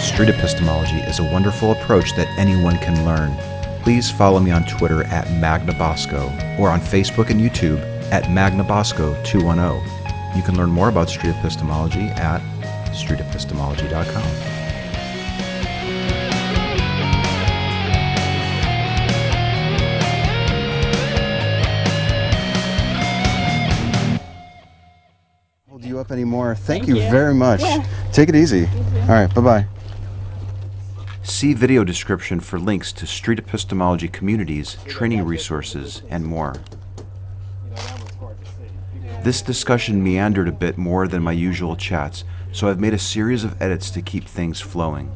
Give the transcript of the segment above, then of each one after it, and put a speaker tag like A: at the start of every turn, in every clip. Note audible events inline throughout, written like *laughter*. A: Street epistemology is a wonderful approach that anyone can learn. Please follow me on Twitter at MagnaBosco or on Facebook and YouTube at MagnaBosco210. oh. You can learn more about street epistemology at streetepistemology.com. hold you up anymore. Thank, you,
B: you.
A: very much. Take it easy. All right, bye bye. See video description for links to street epistemology communities, training resources, and more. This discussion meandered a bit more than my usual chats, so I've made a series of edits to keep things flowing.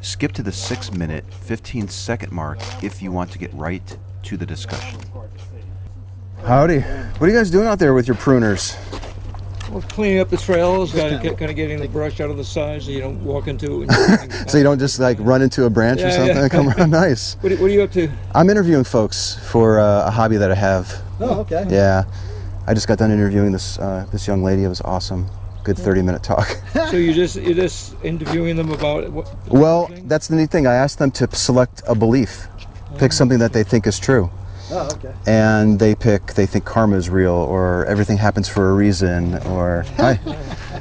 A: Skip to the 6 minute, 15 second mark if you want to get right to the discussion. Howdy. What are you guys doing out there with your pruners?
C: Well, cleaning up the trails, gotta, get- kinda getting the brush out of the sides so you don't walk
D: *laughs*
C: into it. when you-
A: So you don't just like run into a branch or
C: Yeah,
A: something
C: yeah.
A: and *laughs* come around. Nice.
C: What are, what are you up to?
A: I'm interviewing folks for uh, a hobby that I have.
D: Oh, okay.
A: Yeah, I just got done interviewing this uh, this young lady. It was awesome. Good 30 minute talk.
C: So you just, you're just interviewing them about what?
A: well, that's the neat thing. I asked them to select a belief, pick something that they think is true,
D: Oh, okay.
A: and they pick they think karma is real or everything happens for a reason or hi,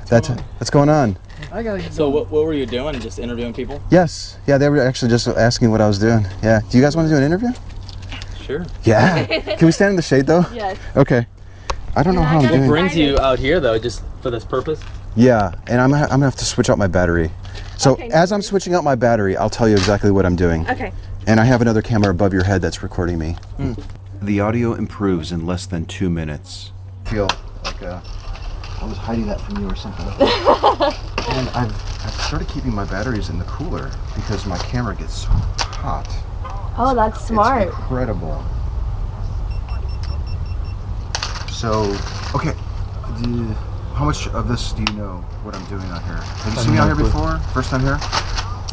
A: that's what's going on.
D: I gotta get
B: So what, what were you doing? Just interviewing people?
A: Yes, yeah, they were actually just asking what I was doing. Yeah, do you guys want to do an interview?
B: Sure.
E: *laughs*
A: Yeah. Can we stand in the shade though?
E: Yes.
A: Okay. I don't know how I'm
E: You're not
A: doing.
E: gonna-
B: Brings you out here though, just for this purpose.
A: Yeah, and I'm, I'm gonna have to switch out my battery. So
E: Okay, no
A: as I'm switching out my battery, I'll tell you exactly what I'm doing.
E: Okay.
A: And I have another camera above your head that's recording me. The audio improves in less than two minutes. Feel like uh, I was hiding that from you or something. and I've, I've started keeping my batteries in the cooler because my camera gets so hot.
E: Oh, that's smart.
A: It's incredible. So, okay, do- how much of this do you know what I'm doing out here? Have you seen me out here before? First time here?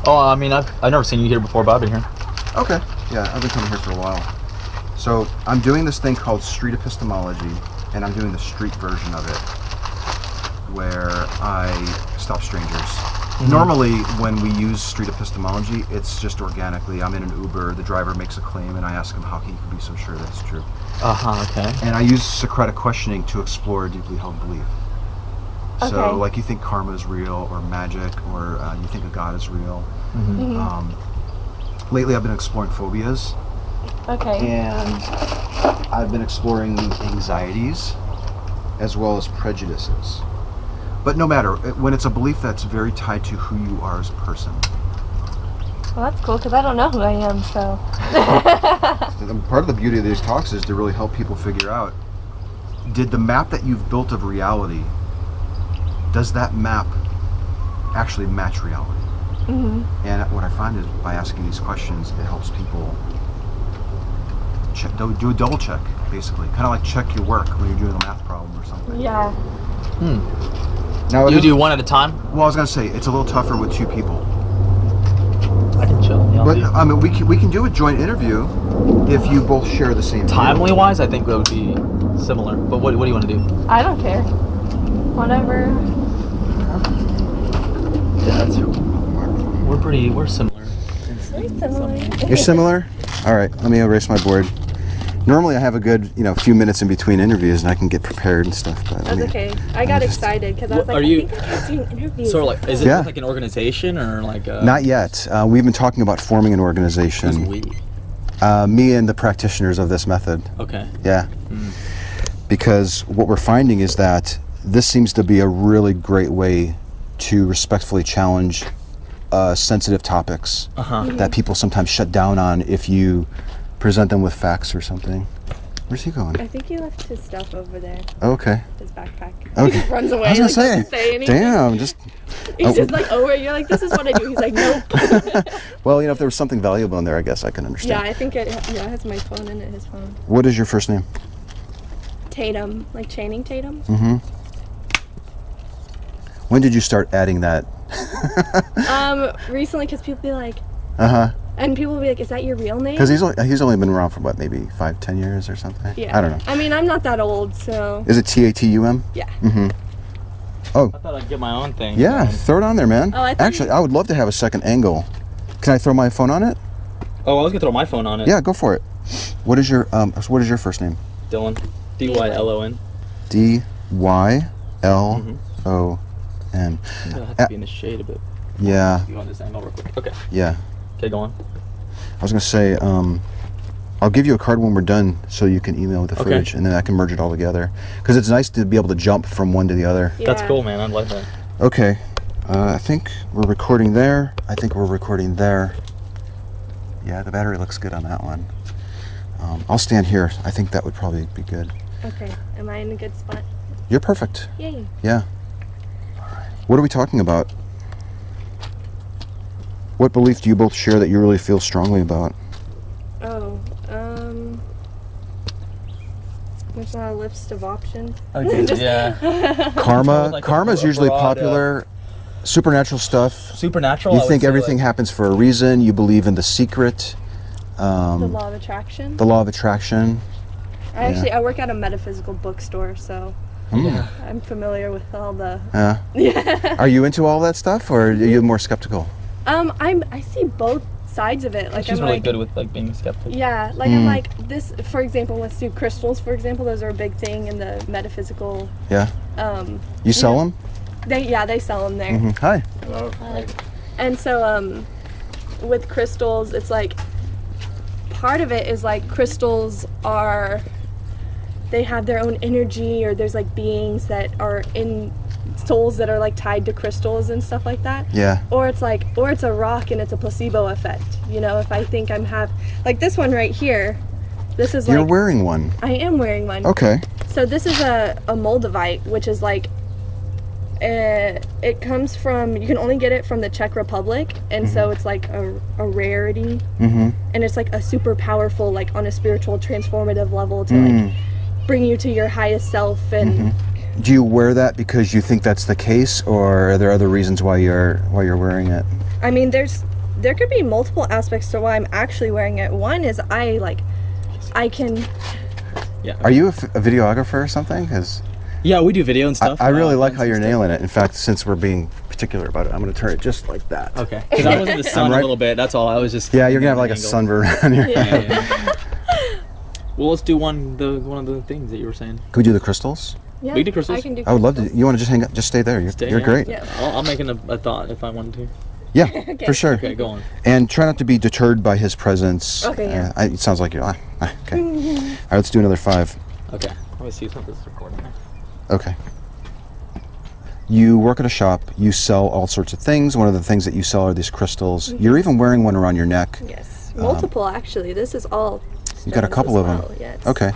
B: Oh, I mean, I've, I've never seen you here before, but I've been here.
A: Okay. Yeah, I've been coming here for a while. So I'm doing this thing called street epistemology, and I'm doing the street version of it, where I stop strangers. Normally, when we use street epistemology, it's just organically. I'm in an Uber, the driver makes a claim, and I ask him how he can be so sure that it's true.
B: Uh huh. Okay.
A: And I use Socratic questioning to explore a deeply held belief. So,
E: Okay.
A: like, you think karma is real, or magic, or uh, you think a god is real.
E: Mm-hmm.
A: Um, lately, I've been exploring phobias,
E: Okay.
A: and I've been exploring anxieties as well as prejudices. But no matter, it- when it's a belief that's very tied to who you are as a person,
E: Well, that's cool because I don't know who I am, so.
A: And part of the beauty of these talks is to really help people figure out did the map that you've built of reality does that map actually match reality
E: Mm-hmm.
A: and what i find is by asking these questions it helps people check, do, do a double check basically kind of like check your work when you're doing a math problem or something
E: Yeah.
A: now
B: You do one at a time.
A: well i was going to say it's a little tougher with two people
B: I can chill. You know,
A: but
B: do-
A: i mean we can, we can do a joint interview if you both share the same view.
B: Timely wise, I think that would be similar. But what, what do you want to do?
E: I don't care. Whatever.
B: Yeah, that's we're pretty we're similar.
A: You're similar? All right, let me erase my board. Normally I have a good, you know, few minutes in between interviews and I can get prepared and stuff, but let
E: That's
A: me-
E: okay. I got excited because I was
B: What
E: like,
B: are you-
E: I think I can do an interview.
B: Sort of like is it
A: Yeah.
B: like an organization or like a
A: not yet. Uh, we've been talking about forming an organization.
B: we?
A: Uh, me and the practitioners of this method.
B: Okay.
A: Yeah. Because what we're finding is that this seems to be a really great way to respectfully challenge uh, sensitive topics
B: Uh-huh.
E: Mm-hmm.
A: that people sometimes shut down on if you present them with facts or something. Where's he going?
E: I think he left his stuff over there,
A: Okay.
E: his backpack.
A: Okay.
E: He just runs away.
A: I was gonna
E: like,
A: say,
E: doesn't say anything.
A: damn, just
E: He's
A: Oh.
E: just like, oh, wait. You're like, this is what I do. He's
A: *laughs*
E: like, nope.
A: well, you know, if there was something valuable in there, I guess I can
E: yeah,
A: understand.
E: I think it. Yeah, it has my phone in it. His phone.
A: What is your first name?
E: Tatum, like Channing Tatum.
A: Mm-hmm. When did you start adding that? *laughs*
E: Um, recently, because people be like,
A: Uh huh.
E: and people will be like, is that your real name?
A: Because he's only, uh, he's only been around for what, maybe five, ten years or something.
E: yeah.
A: I don't know.
E: I mean, I'm not that old, so.
A: Is it T A T U M?
E: Yeah.
A: Oh.
B: I thought I'd get my own thing.
A: Mm-hmm. Yeah,
B: Um,
A: throw it on there, man.
E: Oh, I thought
A: Actually, I would love to have a second angle. Can I throw my phone on it?
B: Oh, I was gonna throw my phone on it.
A: Yeah, go for it. What is your um? What is your first name?
B: Dylan. D Y L O N.
A: D Y L
E: Mm-hmm.
A: O N.
B: It'll have
A: Uh,
B: to be in the shade a bit.
A: Yeah,
B: You on this angle real quick. Okay.
A: yeah.
B: Okay, go on.
A: I was gonna say um, I'll give you a card when we're done, so you can email with the
B: Okay.
A: footage, and then I can merge it all together. Because it's nice to be able to jump from one to the other.
B: That's
E: Yeah.
B: cool, man. I like that.
A: Okay, uh, I think we're recording there. I think we're recording there. Yeah, the battery looks good on that one. Um, I'll stand here. I think that would probably be good.
E: Okay. Am I in a good spot?
A: You're perfect.
E: Yay.
A: Yeah. What are we talking about? What belief do you both share that you really feel strongly
B: *laughs*
A: about?
E: Oh. Um. There's not a list of options.
B: yeah.
A: Karma.
B: Told, like, a
A: Karma's
B: bro- a
A: usually
B: broad, uh,
A: popular. Supernatural stuff.
B: Supernatural. I
A: You
B: would
A: think
B: say,
A: everything
B: like,
A: happens for a reason. You believe in the secret,
E: the
A: um,
E: law of attraction.
A: the law of attraction.
E: I actually I work at a metaphysical bookstore, so
A: Hmm.
E: I'm familiar with all the. *laughs*
A: Yeah.
E: Yeah.
A: Are you into all that stuff, or are you more skeptical?
E: um. I'm. I see both sides of it. Like
B: she's
E: I'm
B: really
E: like.
B: good with like being skeptical.
E: Yeah, like
A: Mm.
E: I'm like this. For example, let's do crystals. For example, those are a big thing in the metaphysical.
A: Yeah.
E: Um,
A: You sell Mm-hmm.
E: Yeah.
A: them?
E: they yeah they sell them there.
A: Hi.
E: And so um, with crystals, it's like part of it is like crystals are they have their own energy, or there's like beings that are in souls that are like tied to crystals and stuff like that.
A: Yeah.
E: or it's like or it's a rock and it's a placebo effect you know if i think i'm have like this one right here this is
A: You're
E: like
A: wearing one.
E: i am wearing one
A: Okay.
E: so this is a, a moldavite which is like uh, it comes from you can only get it from the czech republic and so it's like a, a rarity
A: Mm-hmm.
E: and it's like a super powerful like on a spiritual transformative level to
A: Mm. Mm-hmm.
E: like bring you to your highest self and
A: Do you wear that because you think that's the case, or are there other reasons why you're why you're wearing it?
E: I mean, there's there could be multiple aspects to why I'm actually wearing it. One is I like I can
A: Are you a, f- a videographer or something? Because
B: Yeah, we do video and
A: I,
B: stuff.
A: I really
B: uh,
A: like
B: and
A: how
B: some
A: you're
B: stuff.
A: nailing it. In fact, since we're being particular about it, I'm going to turn it just like that.
B: Okay. Because I was *laughs* in the sun
A: right-
B: a little bit. That's all. I was just.
A: Yeah, you're
B: getting
A: gonna have like
B: an
A: a
B: angle.
A: *laughs* sunburn on your head.
B: Yeah, yeah, yeah. well, let's do one the one of the things that you were saying.
A: Can we do the crystals?
E: yeah,
B: We do crystals?
E: I can do.
A: I would love to. You want to just hang up? Just stay there. You're,
B: Stay
A: you're
B: here.
A: great.
E: Yeah.
B: I'll, I'll make an, a thought if I wanted to.
A: Yeah,
B: *laughs*
E: Okay.
A: for sure.
B: Okay, go on.
A: And try not to be deterred by his presence.
E: Okay, yeah.
A: Uh, I, it sounds like you're. Ah, ah,
E: *laughs*
A: okay. All right, let's do another five.
B: Okay. Let me see if this is recording.
A: Okay. You work at a shop. You sell all sorts of things. One of the things that you sell are these crystals.
E: Mm-hmm.
A: You're even wearing one around your neck.
E: Yes, multiple actually. This is all.
A: Um, You got a
E: stones
A: couple
E: as
A: of 'em.
E: well, Yes.
A: Okay.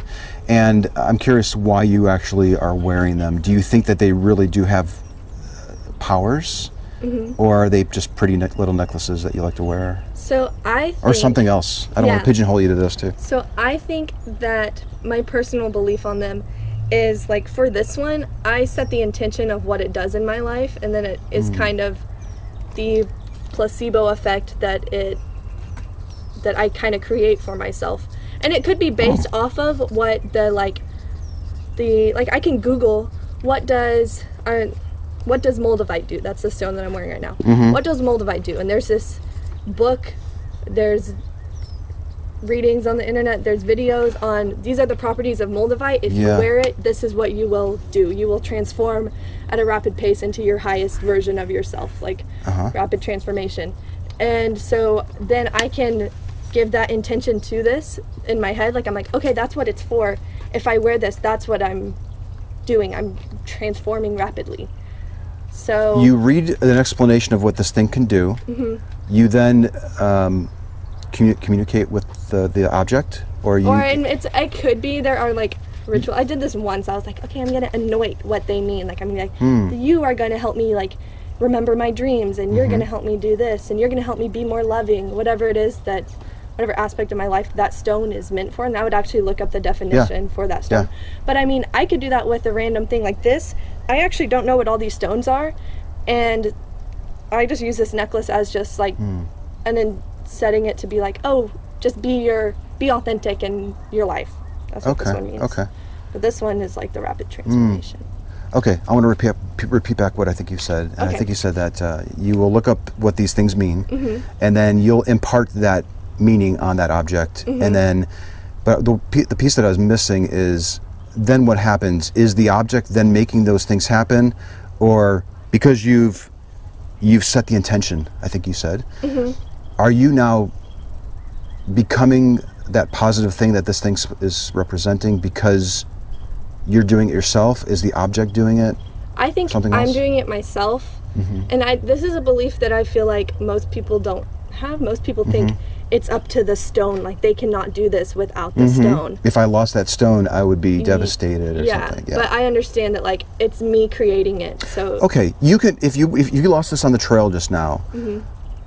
A: And I'm curious why you actually are wearing them. Do you think that they really do have uh, powers?
E: Mm-hmm.
A: Or are they just pretty ne- little necklaces that you like to wear?
E: So I.
A: Or
E: think-
A: something else? I don't want
E: Yeah.
A: to pigeonhole you to this, too.
E: So I think that my personal belief on them is like for this one, I set the intention of what it does in my life, and then it is kind of the placebo effect that it that I kind of create for myself. And it could be based off of what the like the like I can Google what does uh, what does moldavite do? That's the stone that I'm wearing right now. What does moldavite do? And there's this book, there's readings on the internet, there's videos on these are the properties of moldavite. If
A: Yeah.
E: you wear it, this is what you will do. You will transform at a rapid pace into your highest version of yourself, like rapid transformation. And so then I can give that intention to this in my head. Like I'm like, okay, that's what it's for. If I wear this, that's what I'm doing. I'm transforming rapidly. So
A: You read an explanation of what this thing can do.
E: Mm-hmm.
A: You then um, commu- communicate with the, the object, or you.
E: or and it's it could be there are like ritual. I did this once. I was like, okay, I'm gonna anoint what they mean. Like I'm like,
A: Hmm.
E: you are gonna help me like remember my dreams, and you're gonna
A: Mm-hmm.
E: help me do this, and you're gonna help me be more loving. Whatever it is that, whatever aspect of my life that stone is meant for, and I would actually look up the definition for that stone. But I mean, I could do that with a random thing like this. I actually don't know what all these stones are, and I just use this necklace as just like,
A: Hmm.
E: and then setting it to be like, oh, just be your, be authentic in your life. That's what
A: okay.
E: this one means.
A: okay. Hmm.
E: But this one is like the rapid transformation.
A: Okay, I want to repeat, p- repeat back what I think you said. And I
E: Okay.
A: think you said that uh, you will look up what these things mean, and then you'll impart that meaning on that object. And then, but the, p- the piece that I was missing is then what happens? Is the object then making those things happen, or because you've you've set the intention? I think you said. Are you now becoming that positive thing that this thing s- is representing because you're doing it yourself? Is the object doing it?
E: I think
A: Something
E: I'm
A: else? Mm-hmm.
E: doing it myself, and I this is a belief that I feel like most people don't have. Most people think
A: Mm-hmm.
E: it's up to the stone, like they cannot do this without the stone.
A: If I lost that stone, I would be devastated Mm-hmm. or
E: yeah,
A: something. Yeah.
E: but I understand that like it's me creating it, so
A: okay, you could if you if you lost this on the trail just now.
E: Mm-hmm.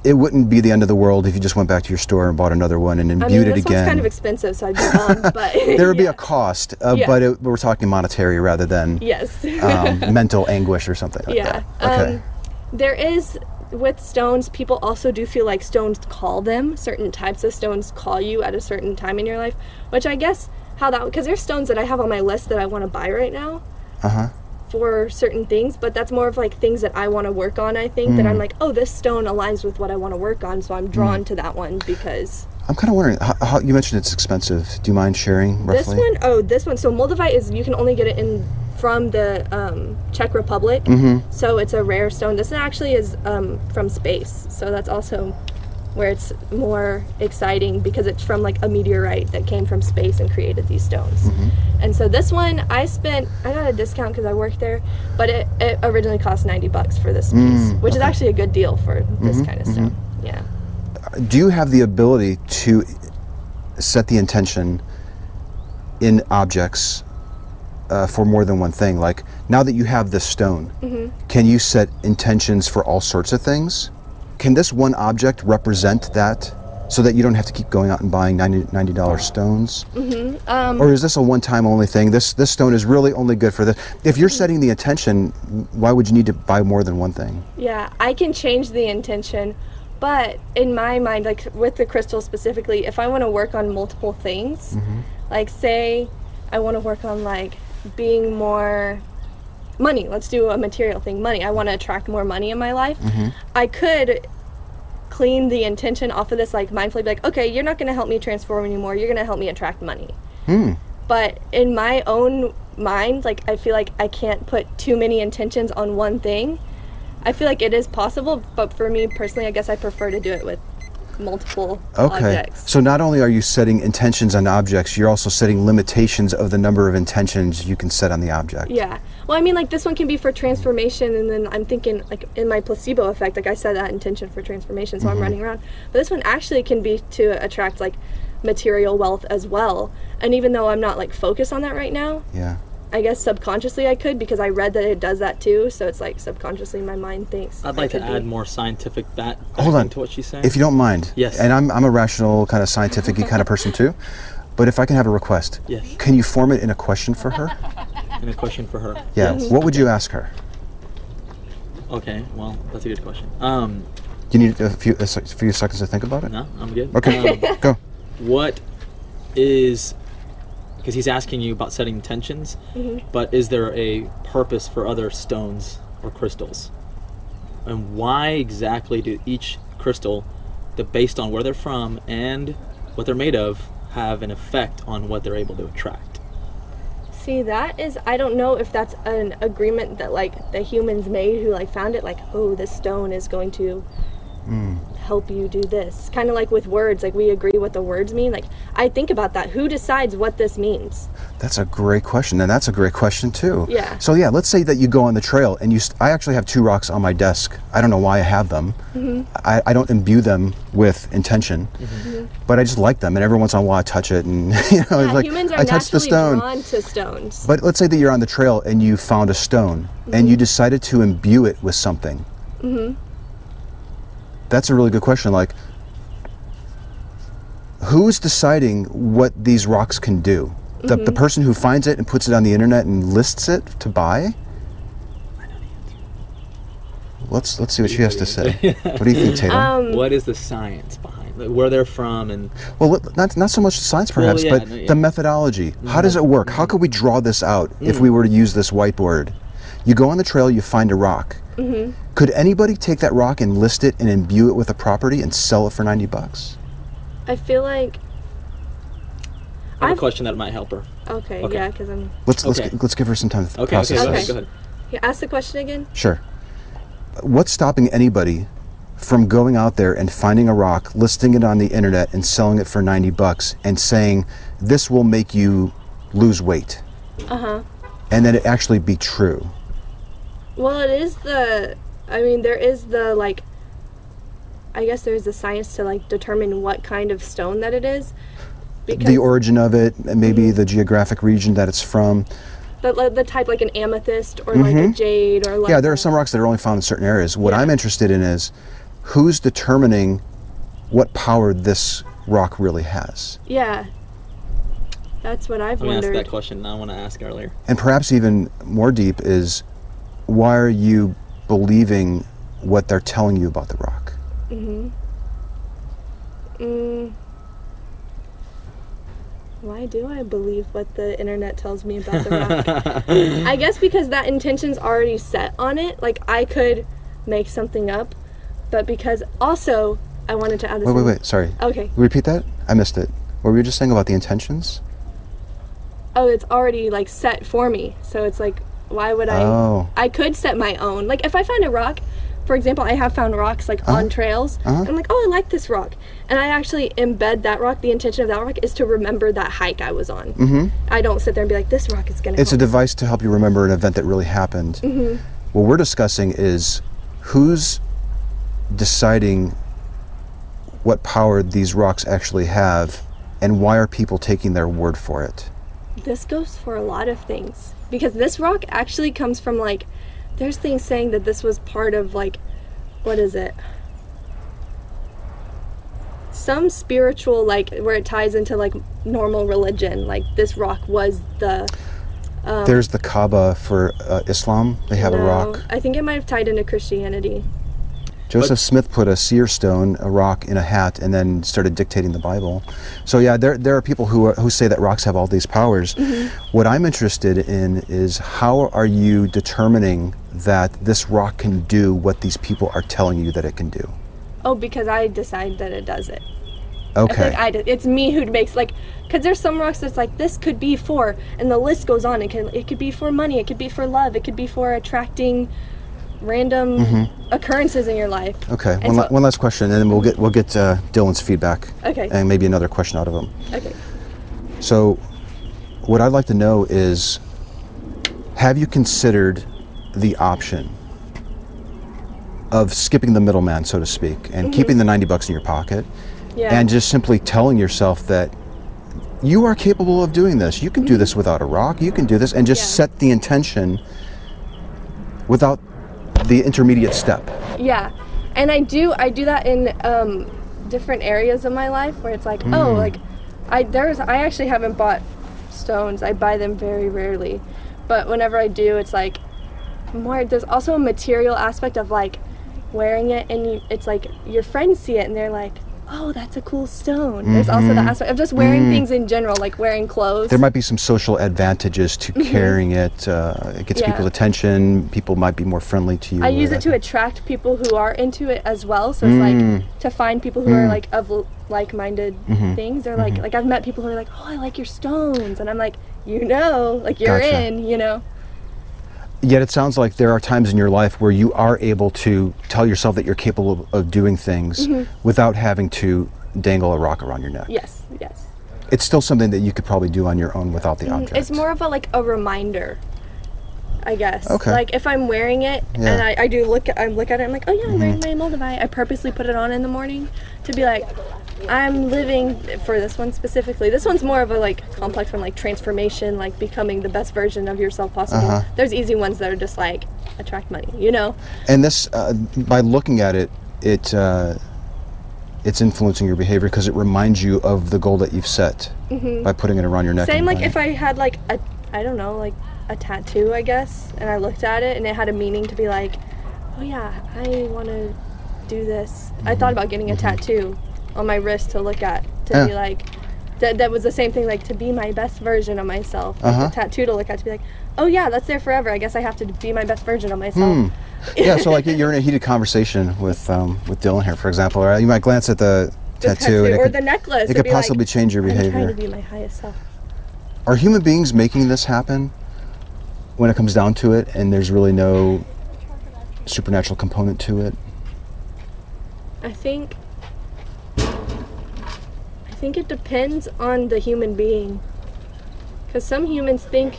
A: It wouldn't be the end of the world if you just went back to your store and bought another one and
E: I
A: imbued
E: mean,
A: it
E: this
A: again.
E: one's kind of expensive, so I'd be
A: *laughs*
E: bummed, but
A: there would be
E: *laughs* yeah.
A: a cost, uh,
E: Yeah.
A: but it, we're talking monetary rather than
E: yes, *laughs*
A: um, mental anguish or something like
E: yeah.
A: that. Okay.
E: Um, there is with stones, people also do feel like stones call them. Certain types of stones call you at a certain time in your life, which I guess how that because there's stones that I have on my list that I want to buy right now. For certain things, but that's more of like things that I want to work on. I think that I'm like, oh, this stone aligns with what I want to work on, so I'm drawn to that one because
A: I'm kind of wondering how, how you mentioned it's expensive. Do you mind sharing
E: This
A: roughly?
E: one, oh, this one. So moldavite is you can only get it in from the um, Czech Republic. Mm-hmm. So it's a rare stone. This actually is um, from space. So that's also where it's more exciting because it's from like a meteorite that came from space and created these stones. And so this one, I spent I got a discount because I worked there, but it, it originally cost ninety bucks for this piece, which is actually a good deal for this kind of stone. Yeah.
A: do you have the ability to set the intention in objects uh, for more than one thing? Like now that you have this stone, can you set intentions for all sorts of things? Can this one object represent that so that you don't have to keep going out and buying 90 $90 stones? or is this a one-time only thing? This this stone is really only good for this. If you're setting the intention, why would you need to buy more than one thing?
E: Yeah, I can change the intention, but in my mind, like with the crystal specifically, if I want to work on multiple things, like say I want to work on like being more money, let's do a material thing, money. I want to attract more money in my life. I could clean the intention off of this like mindfully be like, okay, you're not going to help me transform anymore. You're going to help me attract money.
A: Hmm.
E: But in my own mind, like I feel like I can't put too many intentions on one thing. I feel like it is possible, but for me personally, I guess I prefer to do it with multiple
A: Okay.
E: objects.
A: So not only are you setting intentions on objects, you're also setting limitations of the number of intentions you can set on the object.
E: Yeah. Well, I mean, like this one can be for transformation, and then I'm thinking, like in my placebo effect, like I said that intention for transformation, so I'm running around. But this one actually can be to attract like material wealth as well. And even though I'm not like focused on that right now,
A: Yeah.
E: I guess subconsciously I could because I read that it does that too. So it's like subconsciously my mind thinks.
B: I'd
E: I
B: like to
E: could be-
B: add more scientific back,
A: Hold on.
B: to what she's saying.
A: If you don't mind.
B: Yes.
A: And I'm, I'm a rational kind of scientific kind of person too. But if I can have a request,
B: Yes.
A: can you form it in a question for
E: *laughs*
A: her?
B: and a question for her.
A: Yeah.
B: Yes.
A: What would you ask her?
B: Okay. Well, that's a good question. Um,
A: Do you need a few, a sec- few seconds to think about it?
B: no, I'm good.
A: Okay.
B: Um,
A: Go.
B: what is because he's asking you about setting intentions,
E: Mm-hmm.
B: but is there a purpose for other stones or crystals? And why exactly do each crystal, the based on where they're from and what they're made of, have an effect on what they're able to attract?
E: See, that is, I don't know if that's an agreement that like the humans made who like found it, like, oh, this stone is going to
A: Hmm.
E: help you do this. Kind of like with words, like we agree what the words mean. Like, I think about that. Who decides what this means?
A: That's a great question, and that's a great question too.
E: Yeah.
A: So yeah, let's say that you go on the trail, and you. St- I actually have two rocks on my desk. I don't know why I have them.
E: Mm-hmm.
A: I, I don't imbue them with intention, but I just like them, and every once in a while I touch it, and *laughs* you know, it's
E: Mm-hmm. Yeah,
A: like
E: humans are
A: I touched the
E: naturally
A: stone.
E: drawn to stones.
A: But let's say that you're on the trail and you found a stone, and you decided to imbue it with something. Mm-hmm. That's a really good question. Like, who's deciding what these rocks can do? The, the person who finds it and puts it on the internet and lists it to buy? Let's let's see what she has to say. What do you think, Taylor?
E: Um,
B: what is the science behind like, where they're from and
A: well, let- not not so much the science,
B: Well,
A: perhaps,
B: yeah, Mm-hmm.
A: but
B: no, yeah. Mm.
A: the methodology. How does it work? How could we draw this out if we were to use this whiteboard? You go on the trail, you find a rock. Could anybody take that rock and list it and imbue it with a property and sell it for 90 bucks?
E: I feel like
B: I have
E: I've-
B: a question that might help her.
E: okay,
B: Okay.
E: yeah, because I'm.
A: Let's let's,
B: Okay.
A: gi- let's give her some time to th-
B: Okay, okay,
A: process
B: go
A: this.
B: ahead, go ahead.
E: Yeah, ask the question again.
A: Sure. What's stopping anybody from going out there and finding a rock, listing it on the internet, and selling it for 90 bucks and saying, this will make you lose weight? Uh huh. And then it actually be true.
E: Well, it is the. I mean, there is the like. I guess there's the science to like determine what kind of stone that it is, because Mm-hmm.
A: The origin of it, and maybe the geographic region that it's from.
E: but like, the type like an amethyst or like a jade or like
A: Mm-hmm. Yeah, there
E: a-
A: are some rocks that are only found in certain areas. What
E: Yeah.
A: I'm interested in is who's determining what power this rock really has.
E: Yeah, that's what I've
B: I'm gonna ask
E: wondered.
B: that question. and I want to ask earlier.
A: And perhaps even more deep is why are you believing what they're telling you about the rock?
E: Mm. Why do I believe what the internet tells me about the rock?
B: *laughs*
E: I guess because that intention's already set on it. Like I could make something up, but because also I wanted to add this.
A: Wait, wait,
E: in-
A: wait. Sorry.
E: Okay.
A: Repeat that? I missed it. What were you just saying about the intentions?
E: Oh, it's already like set for me. So it's like, why would I?
A: Oh.
E: I could set my own. Like if I find a rock, for example, I have found rocks like
A: Uh-huh.
E: on trails. I'm like, oh, I like this rock, and I actually embed that rock. The intention of that rock is to remember that hike I was on. Mm-hmm. I don't sit there and be like, this rock is gonna.
A: Mm. It's a
E: help.
A: device to help you remember an event that really happened. What we're discussing is who's deciding what power these rocks actually have and why are people taking their word for it?
E: this goes for a lot of things because this rock actually comes from like there's things saying that this was part of like what is it some spiritual like where it ties into like normal religion like this rock was the
A: There's the Kaaba for uh, Islam, they have a
E: no,
A: rock.
E: i think it might have tied into christianity
A: Joseph Smith put a seer stone, a rock, in a hat, and then started dictating the Bible. So yeah, there there are people who are, who say that rocks have all these powers.
E: Mm-hmm.
A: What I'm interested in is how are you determining that this rock can do what these people are telling you that it can do?
E: oh because i decide that it does it I
A: Okay.
E: think I did. It's me who makes like, because there's some rocks that's like this could be for, and the list goes on. It can it could be for money. It could be for love. It could be for attracting random occurrences in your life.
A: Mm-hmm. okay.
E: And
A: One, la-
E: so-
A: one last question, and then we'll get we'll get uh, Dylan's feedback.
E: Okay.
A: And maybe another question out of him.
E: Okay.
A: So, what I'd like to know is have you considered the option of skipping the middleman, so to speak, and keeping the 90 bucks in your pocket
E: Mm-hmm. Yeah.
A: and just simply telling yourself that you are capable of doing this? You can do this without a rock, you can do this, and just
E: Mm-hmm. Yeah.
A: set the intention without the intermediate step.
E: Yeah, and I do I do that in um, different areas of my life where it's like, oh, like I there's I actually haven't bought stones. I buy them very rarely, but whenever I do, it's like more. There's also a material aspect of like wearing it, and you, it's like your friends see it and they're like. Oh, that's a cool stone. There's also the aspect of just wearing things in general, like wearing clothes.
A: There might be some social advantages to carrying it. Uh, it gets
E: Mm-hmm. Yeah.
A: people's attention. People might be more friendly to you.
E: I use it
A: that Mm.
E: to attract people who are into it as well. So it's like to find people who are like of l- like-minded
A: Mm-hmm.
E: things, or like like I've met people who are like, oh, I like your stones, and I'm like, you know, like you're
A: Gotcha.
E: in, you know.
A: Yet it sounds like there are times in your life where you are able to tell yourself that you're capable of, of doing things
E: Mm-hmm.
A: without having to dangle a rock around your neck.
E: Yes, yes.
A: It's still something that you could probably do on your own without the object.
E: Mm-hmm. Mm, It's more of a like a reminder, I guess.
A: Okay.
E: Like if I'm wearing it
A: Yeah. Mm-hmm.
E: and I, I do look, I look at it. I'm like, oh yeah, I'm wearing my Moldavite. I purposely put it on in the morning to be like, I'm living for this one specifically. This one's more of a like complex one, like transformation, like becoming the best version of yourself possible.
A: Uh-huh.
E: There's easy ones that are just like attract money, you know.
A: And this, uh, by looking at it, it uh, it's influencing your behavior because it reminds you of the goal that you've set by putting it around your neck.
E: Mm-hmm.
A: and
E: Same like
A: running.
E: if I had like a, I don't know, like a tattoo, I guess, and I looked at it and it had a meaning to be like, oh yeah, I want to
A: Mm-hmm.
E: do this. I thought about getting a tattoo on my wrist to look at to
A: Yeah.
E: be like, that that was the same thing like to be my best version of myself like,
A: Uh-huh.
E: the tattoo to look at to be like oh yeah that's there forever i guess i have to be my best version of myself
A: Hmm. yeah, so
E: *laughs*
A: like you're in a heated conversation with um, with Dylan here, for example. Or you might glance at the,
E: The
A: tattoo, and it
E: or
A: could,
E: the necklace
A: it
E: and
A: could
E: be like,
A: possibly change your
E: i'm trying to
A: behavior.
E: be my highest self
A: Are human beings making this happen when it comes down to it, and there's really no supernatural component to it?
E: i think i think it depends on the human being because some humans think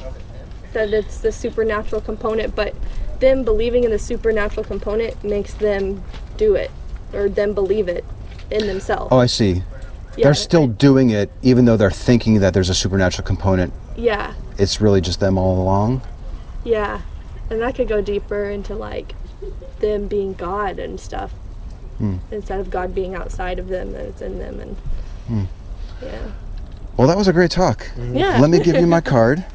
E: that it's the supernatural component but them believing in the supernatural component makes them do it or them believe it in themselves
A: Oh, I see.
E: Yeah,
A: they're still doing it, even though they're thinking that there's a supernatural component.
E: yeah
A: It's really just them all along.
E: Yeah, and that could go deeper into like them being God and stuff
A: Hmm.
E: instead of God being outside of them and it's in them and
A: Hmm.
E: yeah.
A: Well, that was a great talk.
E: Yeah.
A: Let me give you my card.
E: *laughs*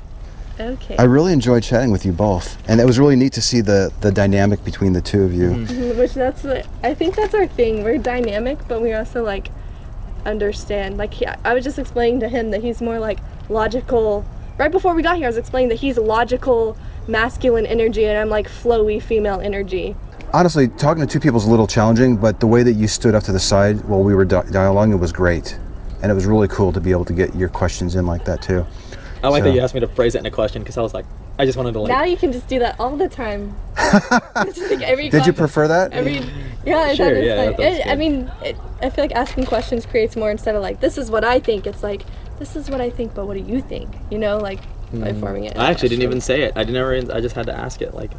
E: Okay.
A: I really enjoyed chatting with you both, and it was really neat to see the the dynamic between the two of you.
E: Which that's the- I think that's our thing. We're dynamic, but we also like understand. Like he, I was just explaining to him that he's more like logical. Right before we got here, I was explaining that he's logical masculine energy, and I'm like flowy female energy.
A: Honestly, talking to two people is a little challenging, but the way that you stood up to the side while we were di- dialoguing, it was great, and it was really cool to be able to get your questions in like that too.
B: Oh, I like
A: So-
B: that you asked me to phrase it in a question because I was like, I just wanted to like.
E: now you can just do that all
B: *laughs*
E: the time. It's just like every
A: Did you
E: conversation.
A: prefer that?
E: I mean, yeah, I
B: Sure,
E: thought it was
B: yeah, I
E: fun.
B: thought it was
E: It- I
B: good.
E: mean, it, I feel like asking questions creates more instead of like, this is what I think. It's like, this is what I think, but what do you think? You know, like by forming it. in a
B: Hmm. I actually didn't even
E: question.
B: say it. I didn't ever. I just had to ask it. Like,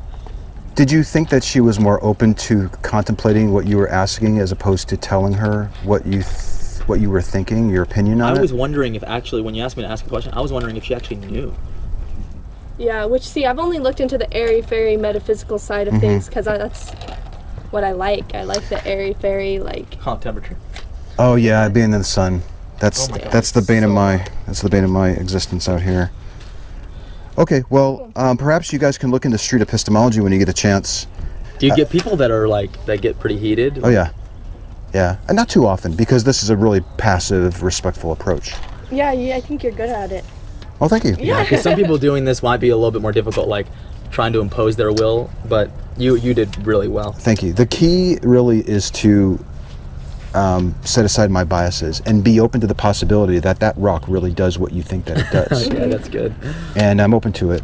A: Did you think that she was more open to contemplating what you were asking as opposed to telling her what you th- what you were thinking, your opinion on
B: I
A: it?
B: was wondering if actually, when you asked me to ask a question, I was wondering if she actually knew.
E: Yeah, which see, I've only looked into the airy fairy metaphysical side
A: Mm-hmm.
E: of things 'cause I things because that's what I like. I like the airy fairy, like
B: Huh, temperature.
A: oh yeah, being in the sun. That's
B: Oh my God,
A: that's the
B: it's
A: bane of
B: so
A: my that's the bane of my existence out here. Okay, well, um, perhaps you guys can look into street epistemology when you get a chance.
B: Do you get people that are like that get pretty heated?
A: Oh yeah, yeah, and not too often because this is a really passive, respectful approach.
E: yeah, yeah. I think you're good at it.
A: Well, thank you.
E: Yeah.
B: Because some people doing this might be a little bit more difficult, like trying to impose their will. But you you did really well.
A: Thank you. The key really is to um, set aside my biases and be open to the possibility that that rock really does what you think that it does.
B: *laughs* Yeah, that's good.
A: and I'm open to it.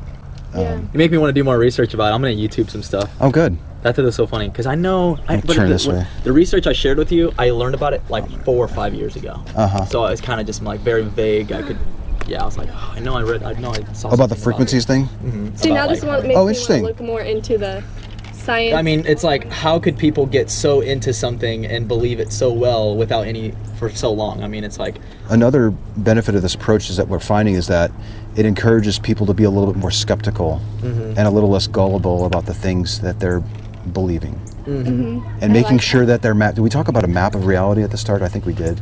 A: Um,
E: yeah.
B: You make me want to do more research about it. I'm gonna YouTube some stuff.
A: Oh, good.
B: That thing is so funny because I know. I, but
A: turn
B: the,
A: this
B: what-
A: way.
B: the research I shared with you, I learned about it like four or five years ago.
A: Uh-huh.
B: So it's kind of just like very vague. I could, yeah, I was like, oh, I know I read, I know I saw
A: About the
B: something
A: frequencies
B: About *laughs*
A: thing?
B: it.
E: See, now
B: About,
E: this
B: like,
E: one makes me want to
A: Oh, interesting.
E: look more into the science.
B: I mean, it's like how could people get so into something and believe it so well without any for so long? I mean, it's like
A: Another benefit of this approach is that we're finding is that it encourages people to be a little bit more skeptical
B: Mm-hmm.
A: and a little less gullible about the things that they're believing.
B: Mm-hmm.
A: And making
E: like
A: sure that their map. Did we talk about a map of reality at the start? I think we did.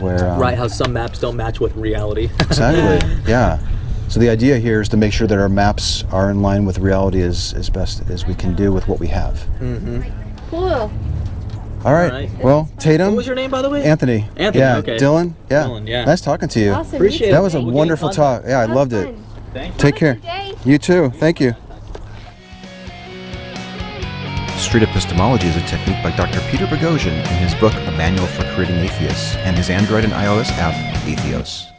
A: Where um,
B: right how some maps don't match with reality. *laughs*
A: Exactly. yeah. So the idea here is to make sure that our maps are in line with reality as, as best as we can do with what we have.
E: cool.
A: All right.
B: right.
A: Well, Tatum.
B: what was your name, by the way?
A: Anthony.
B: Anthony,
A: Yeah.
B: okay.
A: Dylan. Yeah.
B: Dylan, yeah.
A: Nice talking to you.
E: Awesome. you
B: Appreciate
E: too.
B: it.
A: That was a
B: We'll get in
A: wonderful
B: contact.
A: talk. Yeah, I
E: That was
A: loved it.
E: fun.
B: Thank you.
A: Take care. You too. Thank you. Street epistemology is a technique by Dr. Peter Boghossian in his book A Manual for Creating Atheists and his Android and iOS app, Atheos.